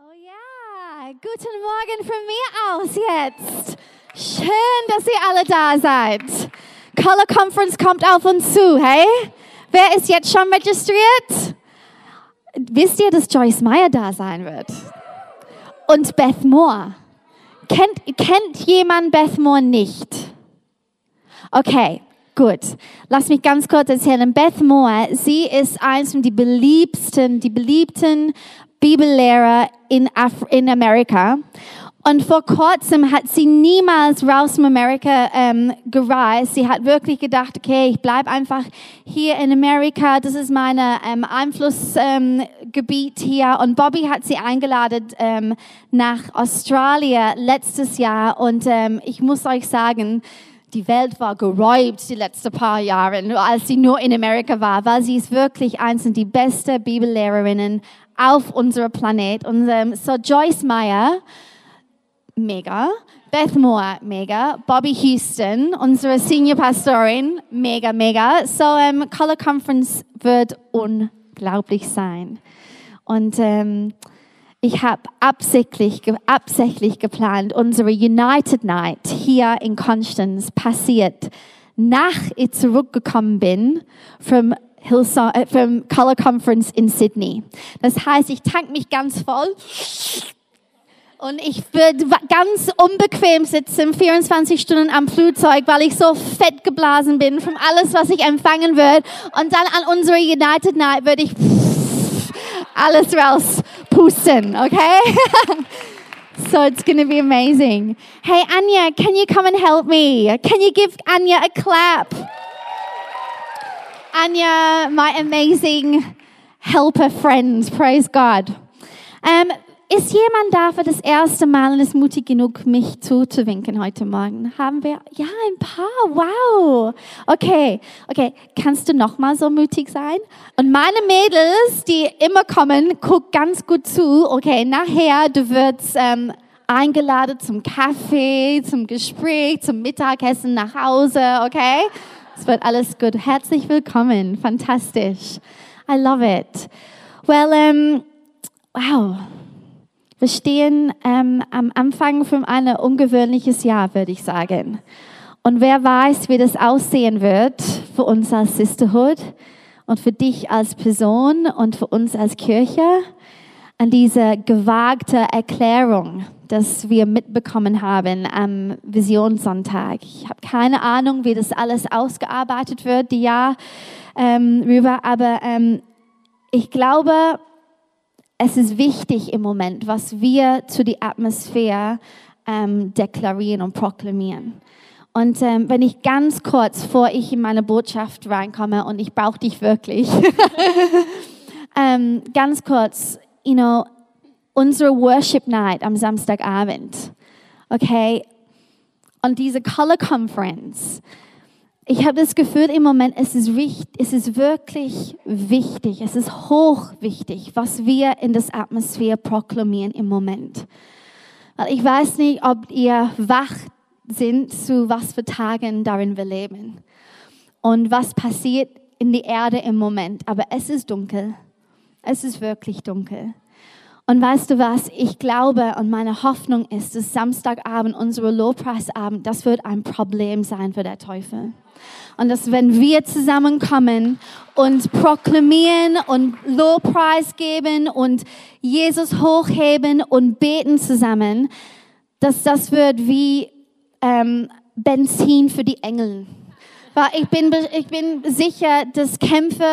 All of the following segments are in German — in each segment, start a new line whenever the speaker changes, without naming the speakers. Oh ja, guten Morgen von mir aus jetzt. Schön, dass ihr alle da seid. Color Conference kommt auf uns zu, hey? Wer ist jetzt schon registriert? Wisst ihr, dass Joyce Meyer da sein wird? Und Beth Moore. Kennt, kennt jemand Beth Moore nicht? Okay, gut. Lass mich ganz kurz erzählen. Beth Moore, sie ist eins von die beliebsten, die beliebten Bibellehrer in, Af in Amerika. Und vor kurzem hat sie niemals raus aus Amerika ähm, gereist. Sie hat wirklich gedacht, okay, ich bleib einfach hier in Amerika. Das ist mein ähm, Einflussgebiet ähm, Gebiet hier. Und Bobby hat sie eingeladen ähm, nach Australien letztes Jahr. Und ähm, ich muss euch sagen, die Welt war geräumt die letzten paar Jahre, nur als sie nur in Amerika war, weil sie ist wirklich eins und die beste Bibellehrerinnen auf unserem Planet. Und ähm, so Joyce Meyer, mega. Beth Moore, mega. Bobby Houston, unsere Senior Pastorin, mega, mega. So ähm, Color Conference wird unglaublich sein. Und ähm, ich habe absichtlich, ge- absichtlich geplant, unsere United Night hier in Konstanz passiert, nach ich zurückgekommen bin vom, Hillsong, äh, vom Color Conference in Sydney. Das heißt, ich tank mich ganz voll und ich würde wa- ganz unbequem sitzen, 24 Stunden am Flugzeug, weil ich so fett geblasen bin von alles, was ich empfangen würde. Und dann an unsere United Night würde ich alles rauspusten, okay? so it's going to be amazing. Hey, Anya, can you come and help me? Can you give Anya a clap? Anya, my amazing helper friend, praise God. Ähm, ist jemand da für das erste Mal und ist mutig genug, mich zuzuwinken heute Morgen? Haben wir? Ja, ein paar. Wow. Okay, okay. Kannst du noch mal so mutig sein? Und meine Mädels, die immer kommen, guck ganz gut zu. Okay, nachher du wirst ähm, eingeladen zum Kaffee, zum Gespräch, zum Mittagessen nach Hause. Okay, es wird alles gut. Herzlich willkommen. Fantastisch. I love it. Well, ähm, wow. Wir stehen ähm, am Anfang von einem ungewöhnliches Jahr, würde ich sagen. Und wer weiß, wie das aussehen wird für uns als Sisterhood und für dich als Person und für uns als Kirche an diese gewagte Erklärung, dass wir mitbekommen haben am Visionssonntag. Ich habe keine Ahnung, wie das alles ausgearbeitet wird, die Jahr ähm, rüber, aber ähm, ich glaube, es ist wichtig im Moment, was wir zu der Atmosphäre ähm, deklarieren und proklamieren. Und ähm, wenn ich ganz kurz, vor ich in meine Botschaft reinkomme und ich brauche dich wirklich, ähm, ganz kurz, you know, unsere Worship Night am Samstagabend, okay, und diese Color Conference, ich habe das Gefühl im Moment, es ist, wichtig, es ist wirklich wichtig, es ist hochwichtig, was wir in das Atmosphäre proklamieren im Moment. Weil ich weiß nicht, ob ihr wach sind, zu was für Tagen darin wir leben und was passiert in der Erde im Moment. Aber es ist dunkel. Es ist wirklich dunkel. Und weißt du was? Ich glaube und meine Hoffnung ist, dass Samstagabend, unsere Lobpreisabend, das wird ein Problem sein für der Teufel. Und dass wenn wir zusammenkommen und proklamieren und Lobpreis geben und Jesus hochheben und beten zusammen, dass das wird wie ähm, Benzin für die Engel. Weil ich bin, be- ich bin sicher, dass Kämpfe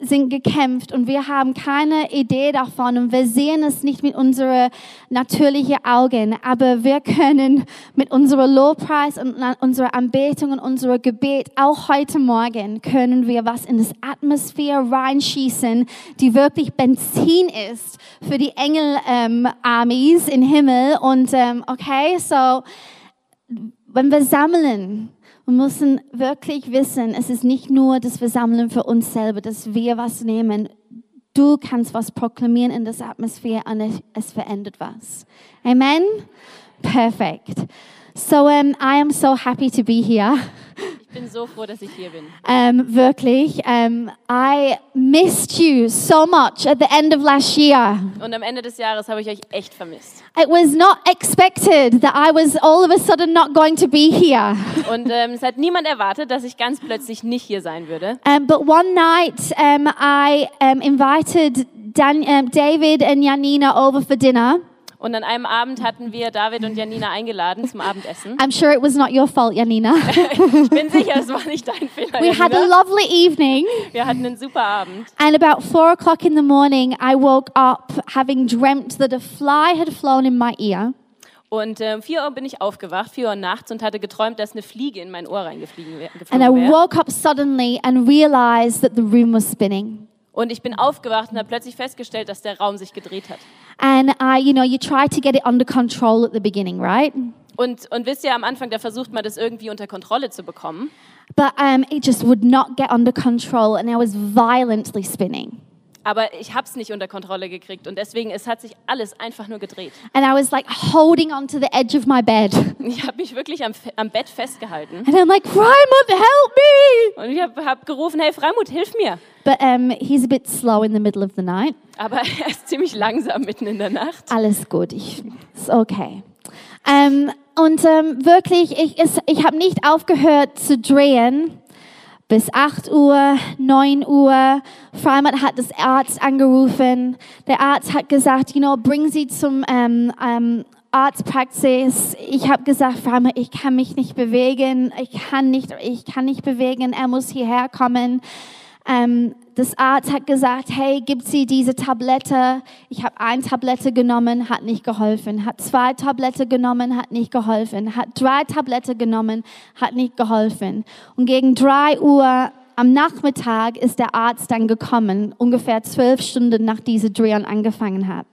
sind gekämpft und wir haben keine Idee davon und wir sehen es nicht mit unseren natürlichen Augen, aber wir können mit unserer Lobpreis und na- unserer Anbetung und unserem Gebet, auch heute Morgen, können wir was in das Atmosphäre reinschießen, die wirklich Benzin ist für die Engel-Armies im Himmel und ähm, okay, so wenn wir sammeln, wir müssen wirklich wissen, es ist nicht nur, dass wir sammeln für uns selber, dass wir was nehmen. Du kannst was proklamieren in das Atmosphäre und es- es verändert was. Amen? Perfekt. So um, I am so happy to be here.
Ich bin so froh, dass ich hier bin.
Um, wirklich. Um, I missed you so much at the end of last year.
Und am Ende des Jahres habe ich euch echt vermisst.
It was not expected that I was all of a sudden not going to be here.
Und ähm, es hat niemand erwartet, dass ich ganz plötzlich nicht hier sein würde.
Um, but one night, um, I um, invited Dan- um, David and Janina over for dinner.
Und an einem Abend hatten wir David und Janina eingeladen zum Abendessen.
I'm sure it was not your fault, Janina.
Ich bin sicher, es war nicht dein Fehler.
we had a
Janina.
lovely evening,
Wir hatten einen super Abend.
and about four o'clock in the morning, I woke up having dreamt that a fly had flown in my ear.
Und ähm, 4 Uhr bin ich aufgewacht, 4 Uhr nachts, und hatte geträumt, dass eine Fliege in mein Ohr reingeflogen wär-
And I
geflogen wäre.
woke up suddenly and realized that the room was spinning.
Und ich bin aufgewacht und habe plötzlich festgestellt, dass der Raum sich gedreht hat.
And I, you know, you try to get it under control at the beginning, right?
Und, und wisst ihr, am Anfang, da versucht man das irgendwie unter Kontrolle zu bekommen.
But um, it just would not get under control, and I was violently spinning.
Aber ich habe es nicht unter Kontrolle gekriegt. Und deswegen, es hat sich alles einfach nur gedreht.
And I was like holding onto the edge of my bed. And
Ich habe mich wirklich am, Fe- am Bett festgehalten.
I'm like, Raymond, help me!
Und ich habe hab gerufen, hey Freimut, hilf mir.
But um, he's a bit slow in the middle of the night.
Aber er ist ziemlich langsam mitten in der Nacht.
Alles gut, ich, ist okay. Ähm, und ähm, wirklich, ich, es- ich habe nicht aufgehört zu drehen. Bis 8 Uhr, 9 Uhr. Freimann hat das Arzt angerufen. Der Arzt hat gesagt, you know, bring sie zum ähm, ähm, Arztpraxis. Ich habe gesagt, Freimann, ich kann mich nicht bewegen. Ich kann nicht, ich kann nicht bewegen. Er muss hierher kommen. Ähm, das Arzt hat gesagt, hey, gib sie diese Tablette. Ich habe eine Tablette genommen, hat nicht geholfen. Hat zwei Tablette genommen, hat nicht geholfen. Hat drei Tablette genommen, hat nicht geholfen. Und gegen drei Uhr am Nachmittag ist der Arzt dann gekommen, ungefähr zwölf Stunden nach diese Drehung angefangen hat.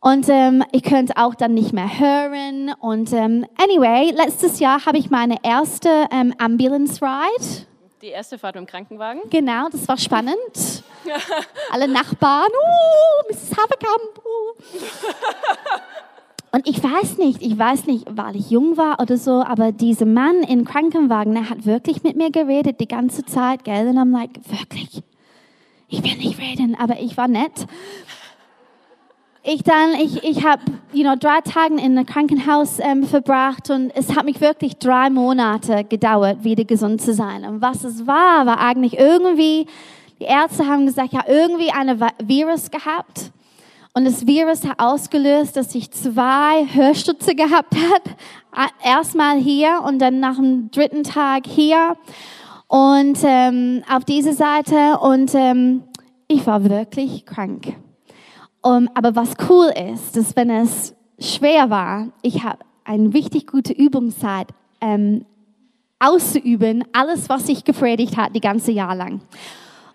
Und ähm, ich könnte auch dann nicht mehr hören. Und ähm, anyway, letztes Jahr habe ich meine erste ähm, Ambulance Ride
Die erste Fahrt mit dem Krankenwagen.
Genau, das war spannend. Alle Nachbarn, oh, Mrs. Habekamp. Oh. Und ich weiß nicht, ich weiß nicht, weil ich jung war oder so, aber dieser Mann in Krankenwagen, der hat wirklich mit mir geredet die ganze Zeit, gell? Und I'm like, wirklich? Ich will nicht reden, aber ich war nett. Ich dann, ich, ich habe, you know, drei Tage in einem Krankenhaus ähm, verbracht und es hat mich wirklich drei Monate gedauert, wieder gesund zu sein. Und was es war, war eigentlich irgendwie, die Ärzte haben gesagt, ja, irgendwie ein Virus gehabt. Und das Virus hat ausgelöst, dass ich zwei Hörstütze gehabt hat. Erstmal hier und dann nach dem dritten Tag hier und ähm, auf diese Seite. Und ähm, ich war wirklich krank. Um, aber was cool ist, dass wenn es schwer war, ich habe eine richtig gute Übungszeit ähm, auszuüben, alles, was ich gepredigt hat, die ganze Jahr lang.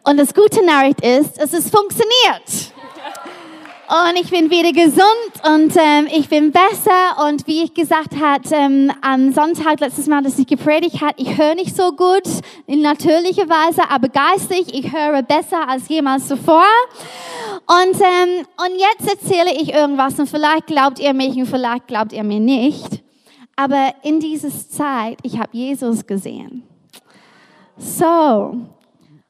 Und das gute Nachricht ist, es ist funktioniert. Und ich bin wieder gesund und ähm, ich bin besser. Und wie ich gesagt hat ähm, am Sonntag letztes Mal, dass ich gepredigt hat, ich höre nicht so gut in natürlicher Weise, aber geistig, ich höre besser als jemals zuvor. Und, ähm, und jetzt erzähle ich irgendwas und vielleicht glaubt ihr mich und vielleicht glaubt ihr mir nicht. Aber in dieser Zeit, ich habe Jesus gesehen. So,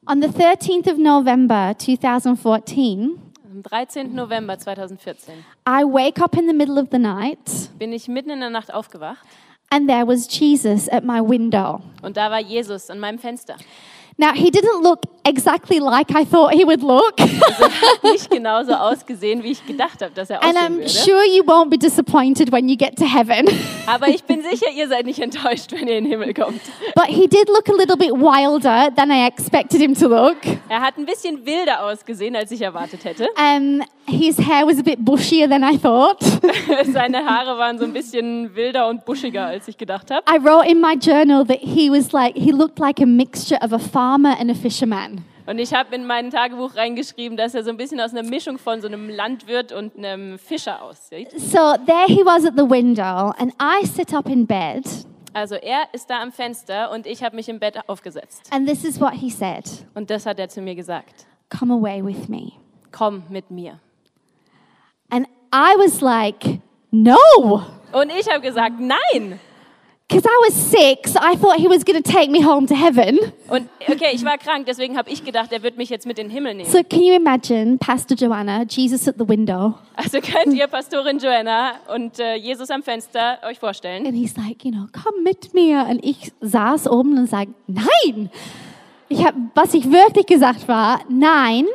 on the 13th of November 2014,
Am 13. November 2014
I wake up in the middle of the night
bin ich mitten in der Nacht aufgewacht.
and there was Jesus at my window.
Und da war Jesus an meinem Fenster.
Now, he didn't look exactly like I thought he would look.
Hat nicht genauso ausgesehen, wie ich gedacht habe, dass er
and
aussehen
I'm
würde.
sure you won't be disappointed when you get to heaven.
Aber ich bin sicher, ihr seid nicht enttäuscht, wenn ihr in den Himmel kommt.
but he did look a little bit wilder than I expected him to look.
Er hat ein bisschen wilder ausgesehen, als ich erwartet hätte.
Um, his hair was a bit bushier than I thought.
Seine Haare waren so ein bisschen wilder und buschiger, als ich gedacht habe.
I wrote in my journal that he was like, he looked like a mixture of a farmer and a fisherman.
Und ich habe in mein Tagebuch reingeschrieben, dass er so ein bisschen aus einer Mischung von so einem Landwirt und einem Fischer aussieht.
So there he was at the window, and I sit up in bed,
Also er ist da am Fenster und ich habe mich im Bett aufgesetzt.
and this is what he said
Und das hat er zu mir gesagt.
Come away with me.
Komm mit mir.
And I was like, No!
Und ich habe gesagt, nein.
because I was six, I thought he was going to take me home to heaven.
Und okay, ich war krank, deswegen habe ich gedacht, er wird mich jetzt mit in den Himmel nehmen.
So can you imagine Pastor Joanna, Jesus at the window,
Also könnt ihr Pastorin Joanna und äh, Jesus am Fenster euch vorstellen.
and he's like, you know, komm mit mir. Und ich saß oben und sage, nein. Ich habe, was ich wirklich gesagt war, nein.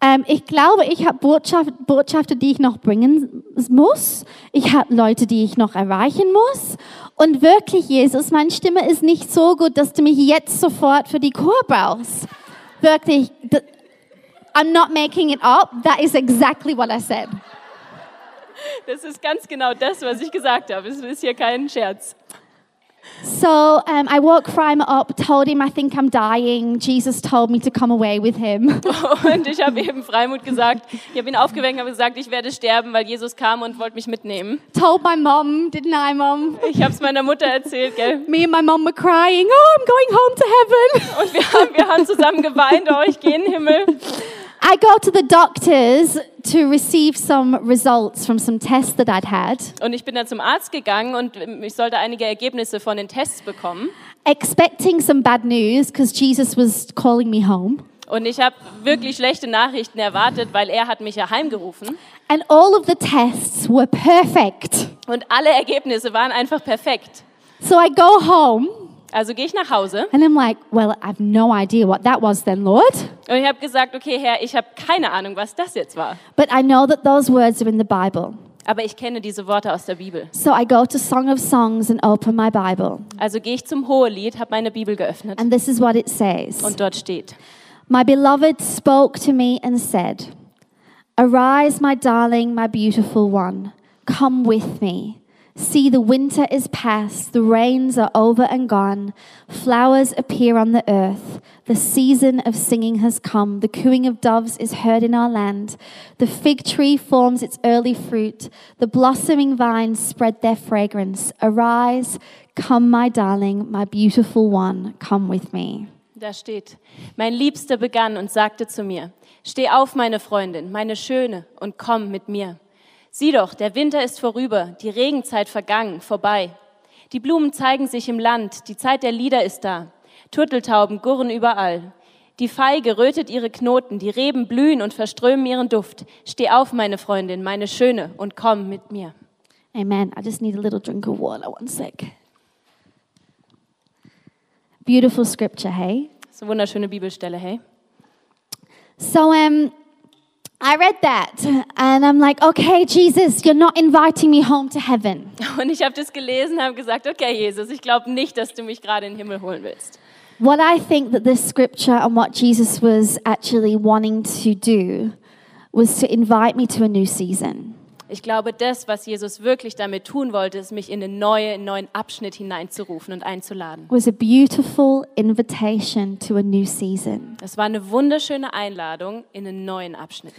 Ähm, ich glaube, ich habe Botschaft, Botschaften, die ich noch bringen s- muss. Ich habe Leute, die ich noch erreichen muss. Und wirklich, Jesus, meine Stimme ist nicht so gut, dass du mich jetzt sofort für die Chor brauchst. Wirklich, d- I'm not making it up. That is exactly what I said.
Das ist ganz genau das, was ich gesagt habe. Es ist hier kein Scherz.
So um, I woke Primer up, told him I think I'm dying. Jesus told me to come away with him.
Und ich habe eben Freimut gesagt, ich habe ihn aufgeweckt und habe gesagt, ich werde sterben, weil Jesus kam und wollte mich mitnehmen.
told my mom, didn't I, mom?
Ich habe es meiner Mutter erzählt, gell?
Me and my mom were crying. Oh, I'm going home to heaven.
Und wir haben, wir haben zusammen geweint, oh, ich gehe in den Himmel.
I go to the doctors to receive some results from some tests that I'd had,
Und ich bin dann zum Arzt gegangen und ich sollte einige Ergebnisse von den Tests bekommen.
expecting some bad news because Jesus was calling me home.
Und ich habe wirklich schlechte Nachrichten erwartet, weil er hat mich ja heimgerufen.
And all of the tests were perfect.
Und alle Ergebnisse waren einfach perfekt.
So I go home
Also gehe ich nach Hause
and I'm like, well, I've no idea what that was then, Lord.
und ich habe gesagt, okay Herr, ich habe keine Ahnung, was das jetzt war.
But I know that those words are in the Bible.
Aber ich kenne diese Worte aus der Bibel.
So I go to Song of Songs and open my Bible.
Also gehe ich zum Hohelied, habe meine Bibel geöffnet
And this is what it says.
und dort steht,
My beloved spoke to me and said, Arise, my darling, my beautiful one, come with me. See, the winter is past, the rains are over and gone, flowers appear on the earth, the season of singing has come, the cooing of doves is heard in our land, the fig tree forms its early fruit, the blossoming vines spread their fragrance. Arise, come, my darling, my beautiful one, come with me.
da steht, mein Liebster begann und sagte zu mir, steh auf, meine Freundin, meine Schöne, und komm mit mir. Sieh doch, der Winter ist vorüber, die Regenzeit vergangen, vorbei. Die Blumen zeigen sich im Land, die Zeit der Lieder ist da. Turteltauben gurren überall. Die Feige rötet ihre Knoten, die Reben blühen und verströmen ihren Duft. Steh auf, meine Freundin, meine Schöne, und komm mit mir.
Amen. I just need a little drink of water. One sec. Beautiful scripture, hey?
Das ist eine wunderschöne Bibelstelle, hey?
So, um, I read that and I'm like, okay, Jesus, you're not inviting me home to heaven.
Und ich habe das gelesen, habe gesagt, okay, Jesus, ich glaube nicht, dass du mich gerade in den Himmel holen willst.
What I think that this scripture and what Jesus was actually wanting to do was to invite me to a new season.
Ich glaube, das, was Jesus wirklich damit tun wollte, ist, mich in einen neuen, neuen Abschnitt hineinzurufen und einzuladen.
was a beautiful invitation to a new season.
Das war eine wunderschöne Einladung in einen neuen Abschnitt.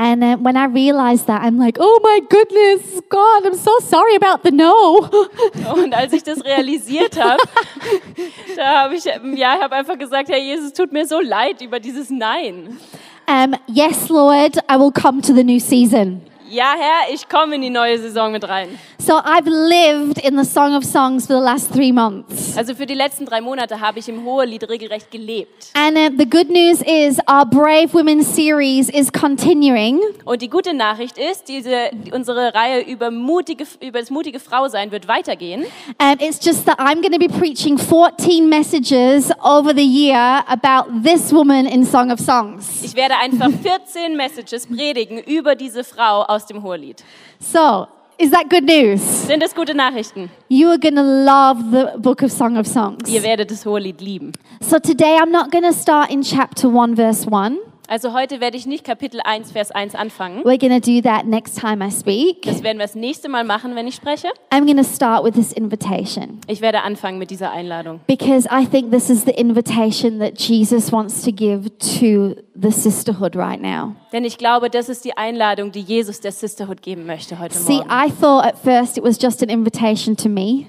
And uh, when I realized that, I'm like, oh my goodness, God, I'm so sorry about the no.
Und als ich das realisiert habe, da habe ich, ähm, ja, habe einfach gesagt, Herr Jesus, tut mir so leid über dieses Nein.
Um, yes, Lord, I will come to the new season.
Ja, Herr, ich komme in die neue Saison mit rein.
So I've lived in the Song of Songs for the last three months.
Also für die letzten drei Monate habe ich im Hohelied regelrecht gelebt.
And uh, the good news is our Brave Women series is continuing.
Und die gute Nachricht ist, diese, unsere Reihe über, mutige, über das mutige Frausein wird weitergehen.
Um, it's just that I'm going to be preaching 14 messages over the year about this woman in Song of Songs.
Ich werde einfach 14 Messages predigen über diese Frau aus dem Hohelied.
So, is that good news?
Sind das gute Nachrichten?
You are going to love the book of Song of Songs.
Ihr werdet das Hohelied lieben.
So today I'm not going to start in chapter 1, verse 1.
Also heute werde ich nicht Kapitel 1, Vers 1 anfangen.
We're going to do that next time I speak.
Das werden wir das nächste Mal machen, wenn ich spreche.
I'm going to start with this invitation
Ich werde anfangen mit dieser Einladung.
because I think this is the invitation that Jesus wants to give to the sisterhood right now.
Denn ich glaube, das ist die Einladung, die Jesus der Sisterhood geben möchte heute
See,
Morgen.
I thought at first it was just an invitation to me,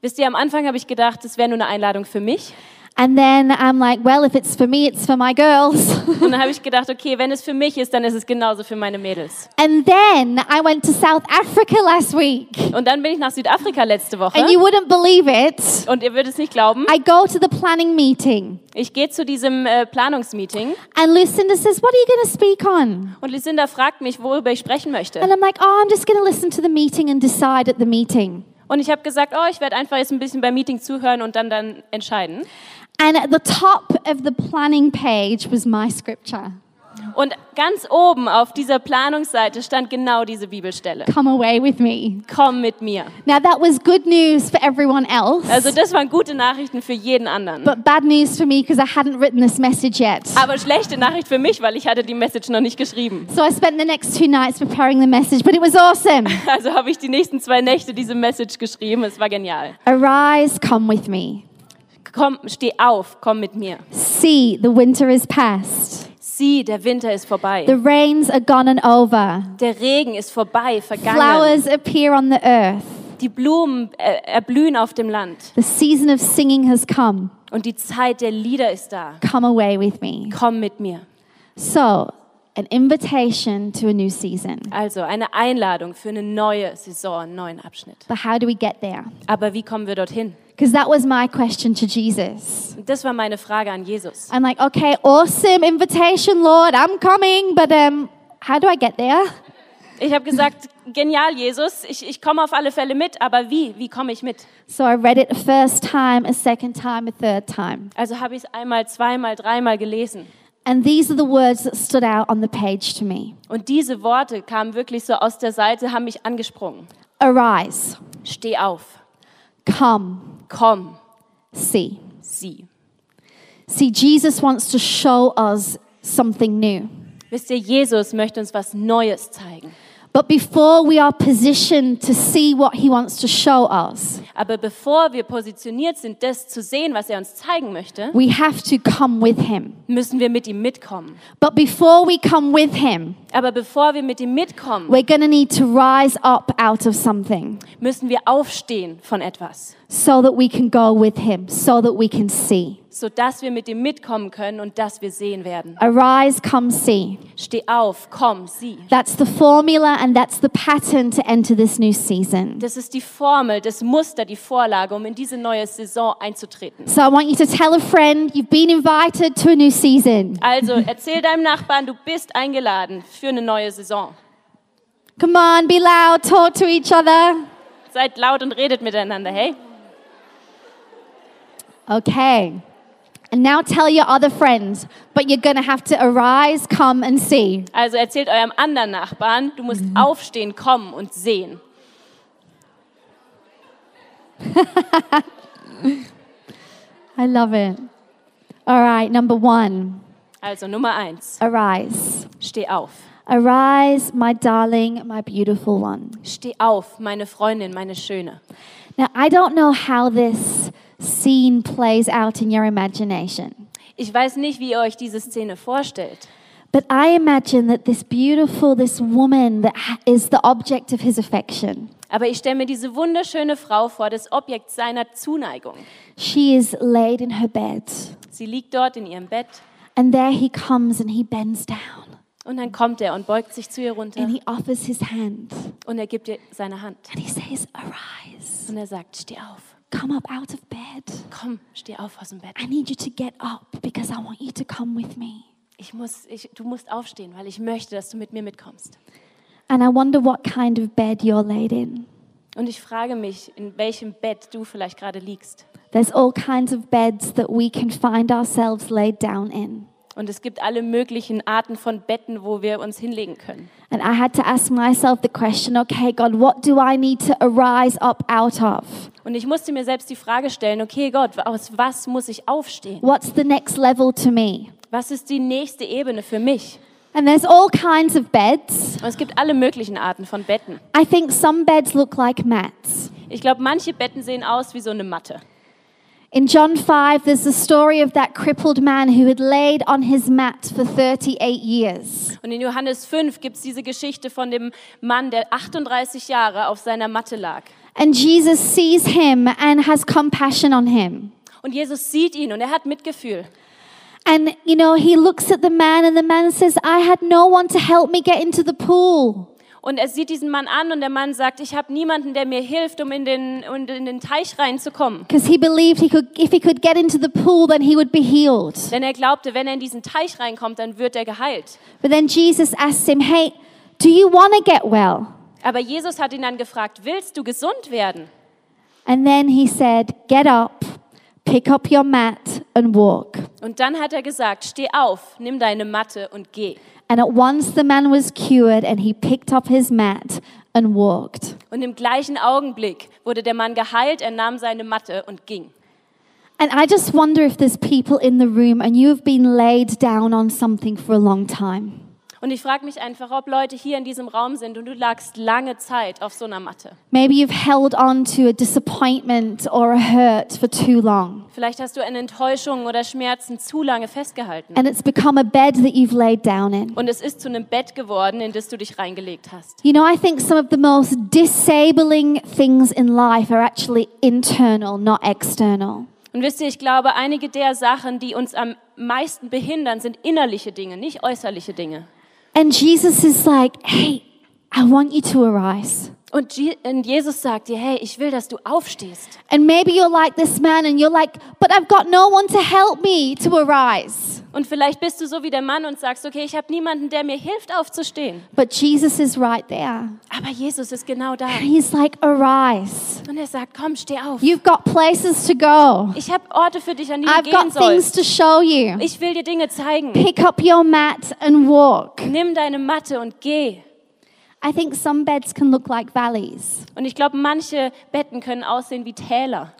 Wisst ihr, am Anfang habe ich gedacht, das wäre nur eine Einladung für mich.
And then I'm like, well, if it's for me, it's for my girls.
Und dann habe ich gedacht, okay, wenn es für mich ist, dann ist es genauso für meine Mädels.
and then I went to South Africa last week.
Und dann bin ich nach Südafrika letzte Woche.
And you wouldn't believe it.
Und ihr würdet es nicht glauben,
I go to the planning meeting.
ich gehe zu diesem äh, Planungsmeeting
And Lucinda says, What are you going to speak on?
und Lucinda fragt mich, worüber ich sprechen möchte.
And I'm like, Oh, I'm just going to listen to the meeting and decide at the meeting.
Und ich habe gesagt, oh, ich werde einfach jetzt ein bisschen beim Meeting zuhören und dann dann entscheiden.
And at the top of the planning page was my scripture
Und ganz oben auf dieser Planungsseite stand genau diese Bibelstelle.
Come away with me.
Komm mit mir.
Now, that was good news for everyone else,
Also das waren gute Nachrichten für jeden anderen.
but bad news for me because I hadn't written this message yet.
Aber schlechte Nachricht für mich, weil ich hatte die Message noch nicht geschrieben.
So I spent the next two nights preparing the message, but it was awesome.
Also habe ich die nächsten zwei Nächte diese Message geschrieben. Es war genial.
Arise, come with me.
Komm, steh auf, komm mit mir.
See, the winter is past.
Sieh, der Winter ist vorbei.
The rains are gone and over.
Der Regen ist vorbei, vergangen.
Flowers appear on the earth.
Die Blumen äh, erblühen auf dem Land.
The season of singing has come.
Und die Zeit der Lieder ist da.
Come away with me.
Komm mit mir.
So, an invitation to a new season.
Also eine Einladung für eine neue Saison, einen neuen Abschnitt.
But how do we get there?
Aber wie kommen wir dorthin?
Because that was my question to Jesus.
Und Das war meine Frage an Jesus.
I'm like, okay, awesome invitation, Lord. I'm coming, but um, how do I get there?
Ich habe gesagt, genial, Jesus, ich, ich komme auf alle Fälle mit, aber wie? Wie komme ich mit?
So I read it a first time, a second time, a third time.
Also habe ich es einmal, zweimal, dreimal gelesen.
And these are the words that stood out on the page to me
Und diese Worte kamen wirklich so aus der Seite, haben mich angesprungen.
Arise,
Steh auf,
come,
komm,
see.
sieh.
See, Jesus wants to show us something new.
Wisst ihr, Jesus möchte uns was Neues zeigen.
But before we are positioned to see what he wants to show us,
Aber bevor wir positioniert sind, das zu sehen, was er uns zeigen möchte,
we have to come with him.
müssen wir mit ihm mitkommen.
But before we come with him,
Aber bevor wir mit ihm mitkommen,
we're going to need to rise up out of something
müssen wir aufstehen von etwas,
so that we can go with him, so that we can see.
sodass wir mit ihm mitkommen können und dass wir sehen werden.
Arise, come see.
Steh auf, komm, sieh.
That's the formula and that's the pattern to enter this new season.
Das ist die Formel, das Muster, die Vorlage, um in diese neue Saison einzutreten.
So I want you to tell a friend you've been invited to a new season.
Also erzähl deinem Nachbarn, du bist eingeladen für eine neue Saison.
Come on, be loud, talk to each other.
Seid laut und redet miteinander, hey?
Okay. And now tell your other friends, but you're going to have to arise, come and see.
Also erzählt eurem anderen Nachbarn, du musst aufstehen, kommen und sehen.
I love it. All right, number one,
Also Nummer eins,
arise.
steh auf.
Arise, my darling, my beautiful one.
Steh auf, meine Freundin, meine Schöne.
Now, I don't know how this scene plays out in your imagination,
Ich weiß nicht, wie ihr euch diese Szene vorstellt,
but I imagine that this beautiful, this woman that ha- is the object of his affection,
aber ich stelle mir diese wunderschöne Frau vor, das Objekt seiner Zuneigung.
she is laid in her bed.
Sie liegt dort in ihrem Bett
And there he comes and he bends down
und dann kommt er und beugt sich zu ihr runter
and he offers his hand
und er gibt ihr seine Hand
and he says, Arise,
und er sagt, steh auf,
come up out of bed.
komm, steh auf aus dem Bett.
I need you to get up because I want you to come with me.
Ich muss, ich, du musst aufstehen, weil ich möchte, dass du mit mir mitkommst.
And I wonder what kind of bed you're laid in.
Und ich frage mich, in welchem Bett du vielleicht gerade liegst.
There's all kinds of beds that we can find ourselves laid down in.
Und es gibt alle möglichen Arten von Betten, wo wir uns hinlegen können.
And I had to ask myself the question okay, God, what do I need to arise up out of?
Und ich musste mir selbst die Frage stellen, okay Gott, aus was muss ich aufstehen?
What's the next level to me?
Was ist die nächste Ebene für mich?
And there's all kinds of beds.
Und es gibt alle möglichen Arten von Betten.
I think some beds look like mats.
Ich glaube, manche Betten sehen aus wie so eine Matte.
In John 5, there's the story of that crippled man who had laid on his mat for 38 years.
Und in Johannes 5 gibt es diese Geschichte von dem Mann, der 38 Jahre auf seiner Matte lag.
And Jesus sees him and has compassion on him.
Und Jesus sieht ihn und er hat Mitgefühl.
And, you know, he looks at the man and the man says, I had no one to help me get into the pool.
Und er sieht diesen Mann an und der Mann sagt, ich habe niemanden, der mir hilft, um in den, und in den Teich reinzukommen.
Because he believed he could, if he could get into the pool, then he would be healed.
Denn er glaubte, wenn er in diesen Teich reinkommt, dann wird er geheilt.
But then Jesus asks him, Hey, do you want to get well?
Aber Jesus hat ihn dann gefragt, willst du gesund werden?
And then he said, Get up, pick up your mat, and walk.
Und dann hat er gesagt, steh auf, nimm deine Matte und geh.
And at once the man was cured, and he picked up his mat and walked.
Und im gleichen Augenblick wurde der Mann geheilt, er nahm seine Matte und ging.
And I just wonder if there's people in the room and you've been laid down on something for a long time.
Und ich frage mich einfach, ob Leute hier in diesem Raum sind und du lagst lange Zeit auf so einer Matte.
Maybe you've held on to a disappointment or a hurt for too long,
Vielleicht hast du an Enttäuschungen oder Schmerzen zu lange festgehalten.
and it's become a bed that you've laid down in.
Und es ist zu einem Bett geworden, in das du dich reingelegt hast.
You know, I think some of the most disabling things in life are actually internal, not external.
Und wisst ihr, ich glaube, einige der Sachen, die uns am meisten behindern, sind innerliche Dinge, nicht äußerliche Dinge.
And Jesus is like, hey, I want you to arise.
Und Je- und Jesus sagt dir, hey, ich will, dass du aufstehst.
And maybe you're like this man and you're like, but I've got no one to help me to arise.
Und vielleicht bist du so wie der Mann und sagst, okay, ich habe niemanden, der mir hilft, aufzustehen.
But Jesus is right there.
Aber Jesus ist genau da.
And he's like, arise.
Und er sagt, komm, steh auf.
You've got places to go.
Ich habe Orte für dich, an die du
I've
gehen
got things
sollst.
to show you.
Ich will dir Dinge zeigen.
Pick up your mat and walk.
Nimm deine Matte und geh.
I think some beds can look like valleys.
Und ich glaube, manche Betten können aussehen wie Täler.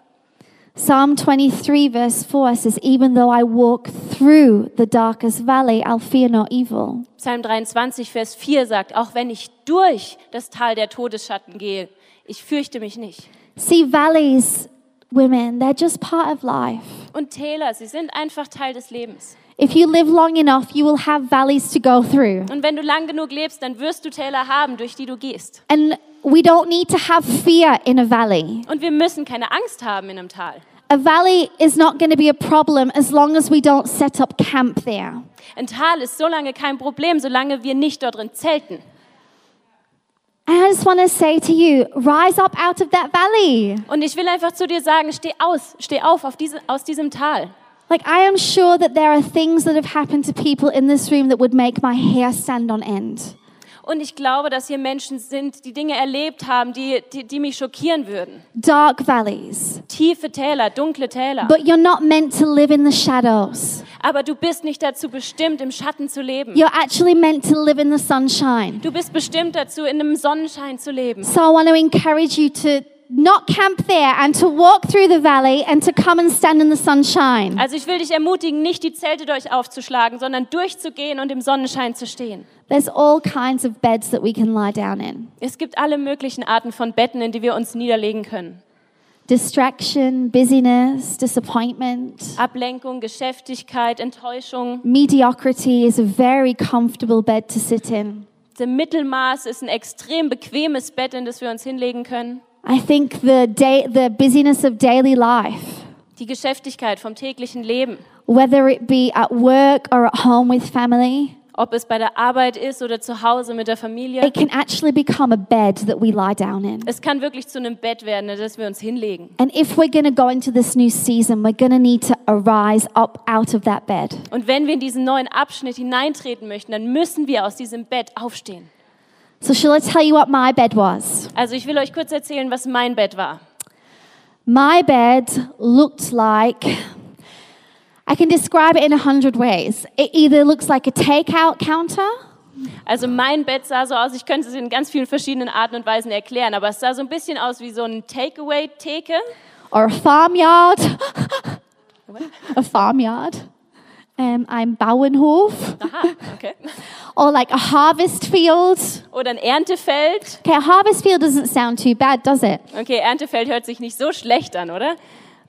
Psalm 23, verse 4 says, Even though I walk through the darkest valley, I'll fear no evil.
Psalm 23, Vers 4 sagt, auch wenn ich durch das Tal der Todesschatten gehe, ich fürchte mich nicht.
See, valleys, women, they're just part of life.
Und Täler, sie sind einfach Teil des Lebens.
If you live long enough, you will have valleys to go through.
Und wenn du lang genug lebst, dann wirst du Täler haben, durch die du gehst.
And we don't need to have fear in a valley.
Und wir müssen keine Angst haben in einem Tal.
A valley is not going to be a problem as long as we don't set up camp there.
Ein Tal ist so lange kein Problem, solange wir nicht dort drin zelten.
And I just want to say to you, rise up out of that valley.
Und ich will einfach zu dir sagen, steh aus, steh auf, auf diese, aus diesem Tal.
Like, I am sure that there are things that have happened to people in this room that would make my hair stand on end.
Und ich glaube, dass hier Menschen sind, die Dinge erlebt haben, die, die, die mich schockieren würden.
Dark valleys.
Tiefe Täler, dunkle Täler.
But you're not meant to live in the shadows.
Aber du bist nicht dazu bestimmt, im Schatten zu leben.
You're actually meant to live in the sunshine.
Du bist bestimmt dazu, in einem Sonnenschein zu leben.
So I want to encourage you to not camp there and to walk through the valley and to come and stand in the sunshine.
Also ich will dich ermutigen, nicht die Zelte durch aufzuschlagen, sondern durchzugehen und im Sonnenschein zu stehen.
There's all kinds of beds that we can lie down in
Es gibt alle möglichen Arten von Betten, in die wir uns niederlegen können.
distraction, busyness, disappointment.
Ablenkung, Geschäftigkeit, Enttäuschung.
Mediocrity is a very comfortable bed to sit in.
Das Mittelmaß ist ein extrem bequemes Bett, in das wir uns hinlegen können.
I think the, day, the busyness of daily life,
Die Geschäftigkeit vom täglichen Leben,
whether it be at work or at home with family,
ob es bei der Arbeit ist oder zu Hause mit der Familie.
it can actually become a bed that we lie down in.
Es kann wirklich zu einem Bett werden, in das wir uns hinlegen.
And if we're going to go into this new season, we're going to need to arise up out of that bed.
Und wenn wir in diesen neuen Abschnitt hineintreten möchten, dann müssen wir aus diesem Bett aufstehen.
So, shall I tell you what my bed was?
Also ich will euch kurz erzählen, was mein Bett war.
My bed looked like. I can describe it in a hundred ways. It either looks like a takeout counter,
Also mein Bett sah so aus, ich könnte es in ganz vielen verschiedenen Arten und Weisen erklären, aber es sah so ein bisschen aus wie so ein Takeaway-Theke.
or a farmyard. a farmyard. Um, I'm Bauernhof.
Aha, okay.
Or like a harvest field.
Oder ein Erntefeld.
Okay, a harvest field doesn't sound too bad, does it?
Okay, Erntefeld hört sich nicht so schlecht an, oder?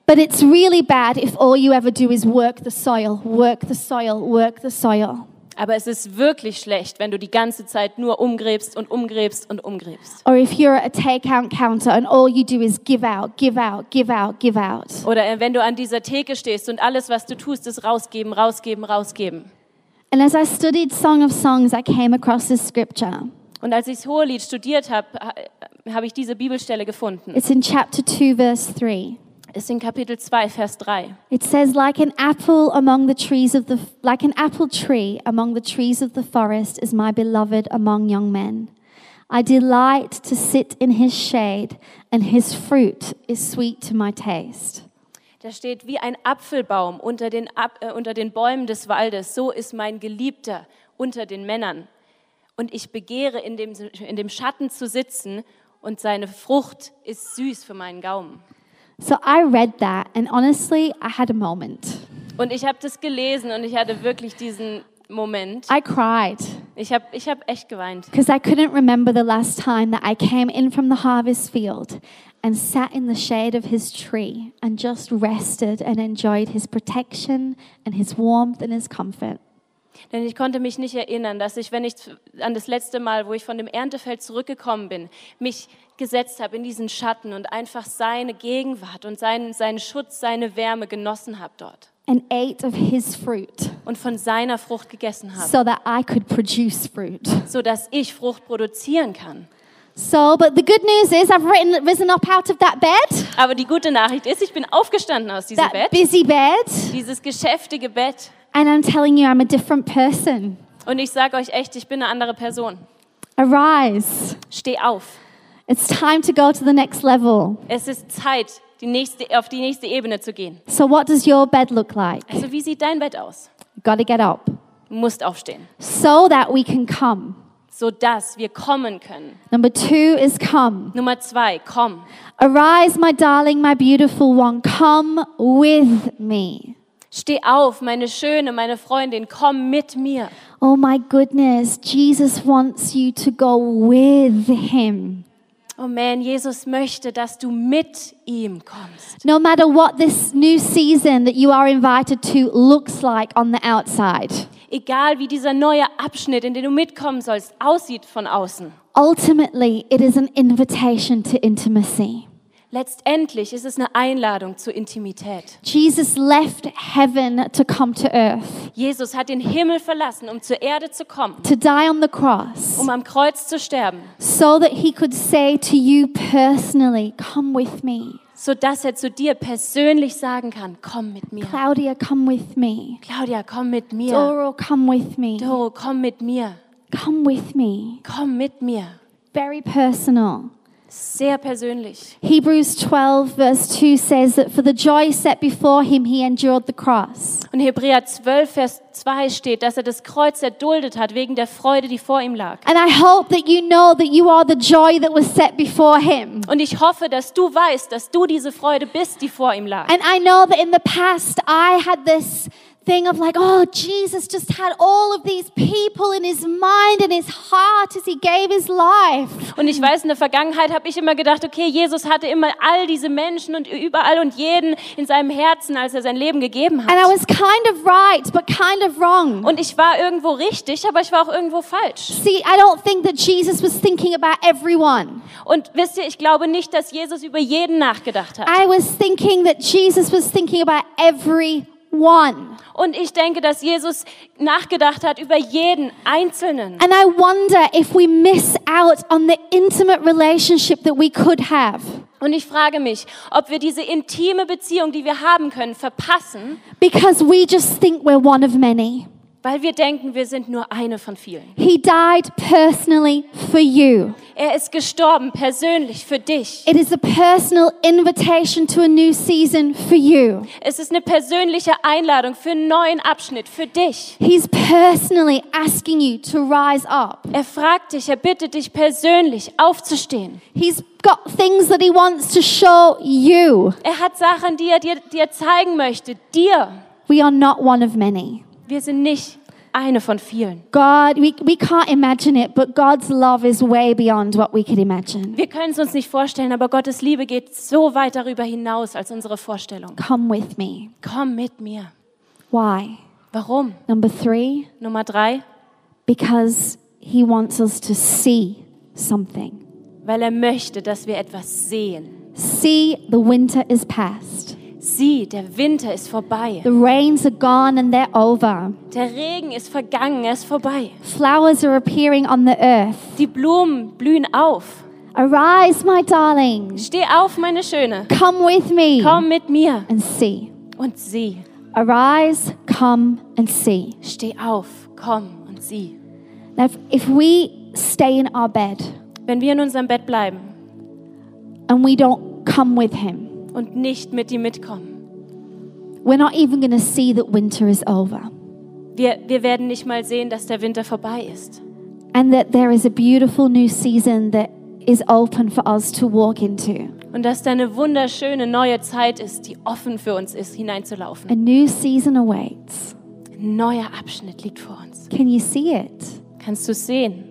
But it's really bad if all you ever do is work the soil, work the soil, work the soil.
Aber es ist wirklich schlecht, wenn du die ganze Zeit nur umgräbst und umgräbst und umgräbst.
Or if you're at a takeout counter and all you do is give out, give out, give out, give out.
Oder wenn du an dieser Theke stehst und alles, was du tust, ist rausgeben, rausgeben, rausgeben.
And as I studied Song of Songs, I came across this scripture.
Und als ich das Hohelied studiert habe, habe ich diese Bibelstelle gefunden.
It's in chapter 2, verse 3.
Ist in Kapitel 2, Vers 3.
It says, like an apple among the trees of the, like an apple tree among the trees of the forest is my beloved among young men. I delight to sit in his shade, and his fruit is sweet to my taste.
Da steht, wie ein Apfelbaum unter den, Ap äh, unter den Bäumen des Waldes, so ist mein Geliebter unter den Männern. Und ich begehre, in dem, in dem Schatten zu sitzen, und seine Frucht ist süß für meinen Gaumen.
So I read that, and honestly, I had a moment.
Und ich habe das gelesen und ich hatte wirklich diesen Moment.
I cried
Ich habe ich hab echt geweint,
because I couldn't remember the last time that I came in from the harvest field and sat in the shade of his tree and just rested and enjoyed his protection and his warmth and his comfort.
denn ich konnte mich nicht erinnern, dass ich, wenn ich zu- an das letzte Mal, wo ich von dem Erntefeld zurückgekommen bin, mich gesetzt habe in diesen Schatten und einfach seine Gegenwart und seinen, seinen Schutz, seine Wärme genossen habe dort
and ate of his fruit
und von seiner Frucht gegessen habe,
so that I could produce fruit.
sodass ich Frucht produzieren kann.
So, but the good news is I've written, risen up out of that bed,
Aber die gute Nachricht ist, ich bin aufgestanden aus diesem
that
Bett,
busy bed,
dieses geschäftige Bett.
and I'm telling you, I'm a different person.
Und ich sage euch echt, ich bin eine andere Person.
Arise.
Steh auf.
It's time to go to the next level.
Es ist Zeit, die nächste, auf die nächste Ebene zu gehen.
So, what does your bed look like?
Also wie sieht dein Bett aus?
Got to get up
Du musst aufstehen,
so that we can come.
sodass wir kommen können.
Number two is come.
Nummer zwei, komm.
Arise, my darling, my beautiful one. Come with me.
Steh auf, meine Schöne, meine Freundin, komm mit mir.
Oh my goodness, Jesus wants you to go with him.
Oh man, Jesus möchte, dass du mit ihm kommst.
No matter what this new season that you are invited to looks like on the outside,
Egal wie dieser neue Abschnitt, in den du mitkommen sollst, aussieht von außen.
ultimately it is an invitation to intimacy.
Letztendlich ist es eine Einladung zur Intimität.
Jesus left heaven to come to earth,
Jesus hat den Himmel verlassen, um zur Erde zu kommen,
to die on the cross,
um am Kreuz zu sterben,
so that he could say to you personally, Come with me.
sodass er zu dir persönlich sagen kann, komm mit mir.
Claudia, come with me.
Claudia, komm mit mir.
Doro, come with me.
Doro, komm mit mir.
Come with me.
Komm mit mir.
Very personal.
Sehr persönlich.
Hebrews 12, verse 2 says that for the joy set before him, he endured the cross.
Und Hebräer 12, Vers 2 steht, dass er das Kreuz erduldet hat wegen der Freude, die vor ihm lag.
And I hope that you know that you are the joy that was set before him.
Und ich hoffe, dass du weißt, dass du diese Freude bist, die vor ihm lag.
And I know that in the past, I had this thing of like, oh, Jesus just had all of these people in his mind and his heart as he gave his life.
Und ich weiß, in der Vergangenheit habe ich immer gedacht, okay, Jesus hatte immer all diese Menschen und überall und jeden in seinem Herzen, als er sein Leben gegeben
And I
hat.
was kind of right, but kind of wrong.
Und ich war irgendwo richtig, aber ich war auch irgendwo falsch.
See, I don't think that Jesus was thinking about everyone.
Und wisst ihr, ich glaube nicht, dass Jesus über jeden nachgedacht hat.
I was thinking that Jesus was thinking about everyone.
Und ich denke, dass Jesus nachgedacht hat über jeden Einzelnen.
And I wonder if we miss out on the intimate relationship that we could have
Und ich frage mich, ob wir diese intime Beziehung, die wir haben können, verpassen,
because we just think we're one of many.
weil wir denken, wir sind nur eine von vielen.
He died personally for you.
Er ist gestorben, persönlich, für dich.
It is a personal invitation to a new season for you.
Es ist eine persönliche Einladung für einen neuen Abschnitt, für dich.
He's personally asking you to rise up.
Er fragt dich, er bittet dich persönlich aufzustehen.
He's got things that he wants to show you.
Er hat Sachen, die er dir, die er zeigen möchte, dir.
We are not one of many.
Wir sind nicht eine von vielen.
God, we, we can't imagine it, but God's love is way beyond what we could imagine.
Wir können es uns nicht vorstellen, aber Gottes Liebe geht so weit darüber hinaus als unsere Vorstellung.
Come with me.
Komm mit mir.
Why?
Warum?
Number three,
Nummer drei,
because he wants us to see something.
weil er möchte, dass wir etwas sehen.
See, the winter is past.
Sieh, der Winter ist vorbei.
The rains are gone and they're over.
Der Regen ist vergangen, er ist vorbei.
Flowers are appearing on the earth.
Die Blumen blühen auf.
Arise, my darling.
Steh auf, meine Schöne.
Come with me
Komm mit mir
and see.
und sieh.
Arise, come and see.
Steh auf, komm und sieh.
Now, if, if we stay in our bed
Wenn wir in unserem Bett bleiben
and we don't come with him,
und nicht mit ihm mitkommen,
we're not even going to see that winter is over
wir, wir werden nicht mal sehen, dass der Winter vorbei ist.
and that there is a beautiful new season that is open for us to walk into.
Und dass da eine wunderschöne neue Zeit ist, die offen für uns ist, hineinzulaufen.
A new season awaits.
Ein neuer Abschnitt liegt vor uns.
Can you see it?
Kannst du sehen?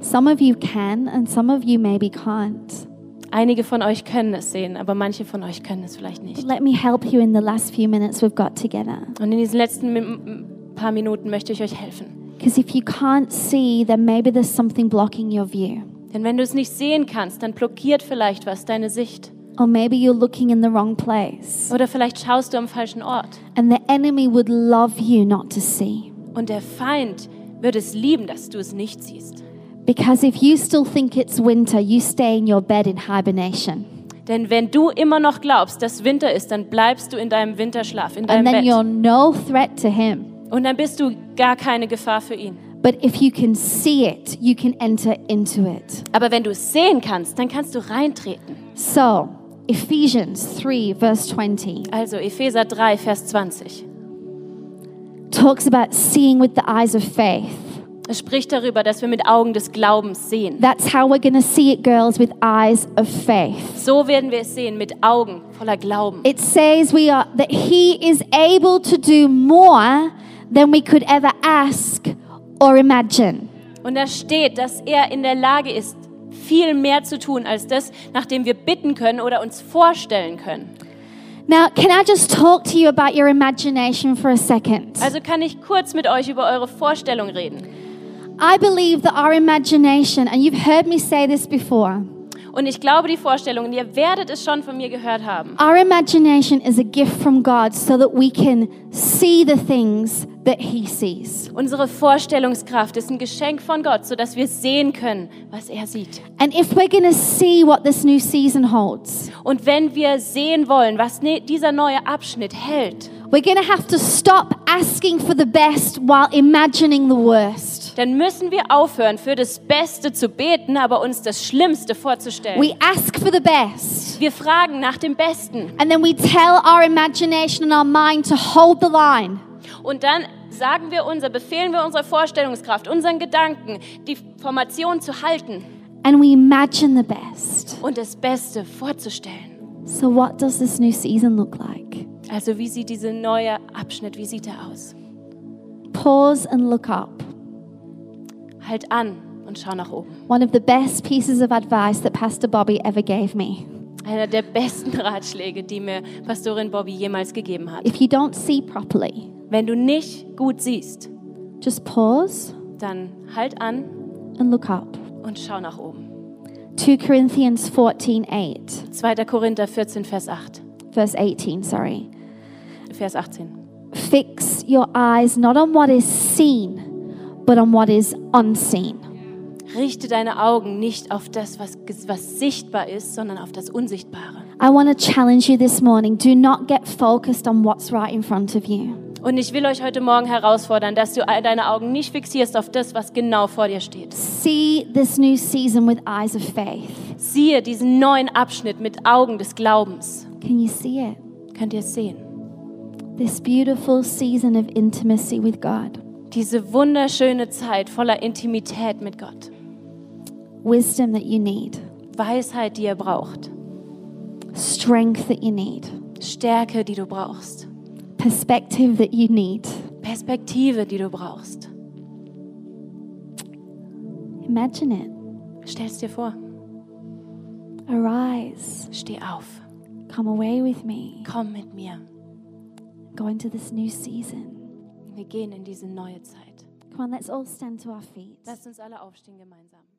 Some of you can, and some of you maybe can't.
Einige von euch können es sehen, aber manche von euch können es vielleicht nicht.
Let me help you in the last few minutes we've got together.
Und in diesen letzten Min- paar Minuten möchte ich euch helfen.
Because if you can't see, then maybe there's something blocking your view.
Denn wenn du es nicht sehen kannst, dann blockiert vielleicht was deine Sicht.
Or maybe you're looking in the wrong place.
Oder vielleicht schaust du am falschen Ort.
And the enemy would love you not to see.
Und der Feind wird es lieben, dass du es nicht siehst.
Because if you still think it's winter, you stay in your bed in hibernation.
Denn wenn du immer noch glaubst, dass Winter ist, dann bleibst du in deinem Winterschlaf, in deinem
And then you're
Bett.
no threat to him.
Und dann bist du gar keine Gefahr für ihn.
But if you can see it, you can enter into it.
Aber wenn du es sehen kannst, dann kannst du reintreten.
So, Ephesians 3, verse 20,
Also Epheser 3, Vers 20.
talks about seeing with the eyes of faith.
Es spricht darüber, dass wir mit Augen des Glaubens sehen.
That's how we're going to see it, girls, with eyes of faith.
So werden wir es sehen, mit Augen voller Glauben.
it says we are that he is able to do more than we could ever ask or imagine
Und da steht, dass er in der Lage ist, viel mehr zu tun als das, nach dem wir bitten können oder uns vorstellen können.
now can i just talk to you about your imagination for a second
Also kann ich kurz mit euch über eure Vorstellung reden.
i believe that our imagination and you've heard me say this before
Und ich glaube, die Vorstellung, und ihr werdet es schon von mir gehört haben.
our imagination is a gift from god so that we can see the things that he sees
Unsere Vorstellungskraft ist ein Geschenk von Gott, sodass wir sehen können, was er sieht.
and if we're going to see what this new season holds
Und wenn wir sehen wollen, was ne dieser neue Abschnitt hält,
we're going to have to stop asking for the best while imagining the worst
dann müssen wir aufhören, für das Beste zu beten, aber uns das Schlimmste vorzustellen.
We ask for the best.
wir fragen nach dem Besten
And then we tell our imagination and our mind to hold the line.
und dann sagen wir unser, befehlen wir unserer Vorstellungskraft, unseren Gedanken, die Formation zu halten
And we imagine the best.
und das Beste vorzustellen.
So, what does this new season look like?
Also wie sieht dieser neue Abschnitt, wie sieht er aus?
Pause and look up.
Halt an und schau nach oben.
One of the best pieces of advice that Pastor Bobby ever gave me.
Einer der besten Ratschläge, die mir Pastorin Bobby jemals gegeben hat.
If you don't see properly,
Wenn du nicht gut siehst,
just pause
dann halt an
and look up.
und schau nach oben.
2 Corinthians 14 8,
2. Korinther 14, Vers 8.
verse 18, sorry.
Vers 18.
Fix your eyes not on what is seen, but on what is unseen.
Richte deine Augen nicht auf das, was, ges- was sichtbar ist, sondern auf das Unsichtbare.
I want to challenge you this morning. Do not get focused on what's right in front of you.
Und ich will euch heute Morgen herausfordern, dass du all deine Augen nicht fixierst auf das, was genau vor dir steht.
See this new season with eyes of faith.
Siehe diesen neuen Abschnitt mit Augen des Glaubens.
Can you see it?
Könnt ihr es sehen?
This beautiful season of intimacy with God.
Diese wunderschöne Zeit voller Intimität mit Gott.
Wisdom that you need,
Weisheit, die ihr braucht.
strength that you need,
Stärke, die du brauchst.
perspective that you need.
Perspektive, die du brauchst.
Imagine it.
Stell's dir vor.
Arise.
Steh auf.
Come away with me.
Komm mit mir.
go into this new season.
Wir gehen in diese neue Zeit.
Come on, let's all stand to our feet.
Lasst uns alle aufstehen gemeinsam.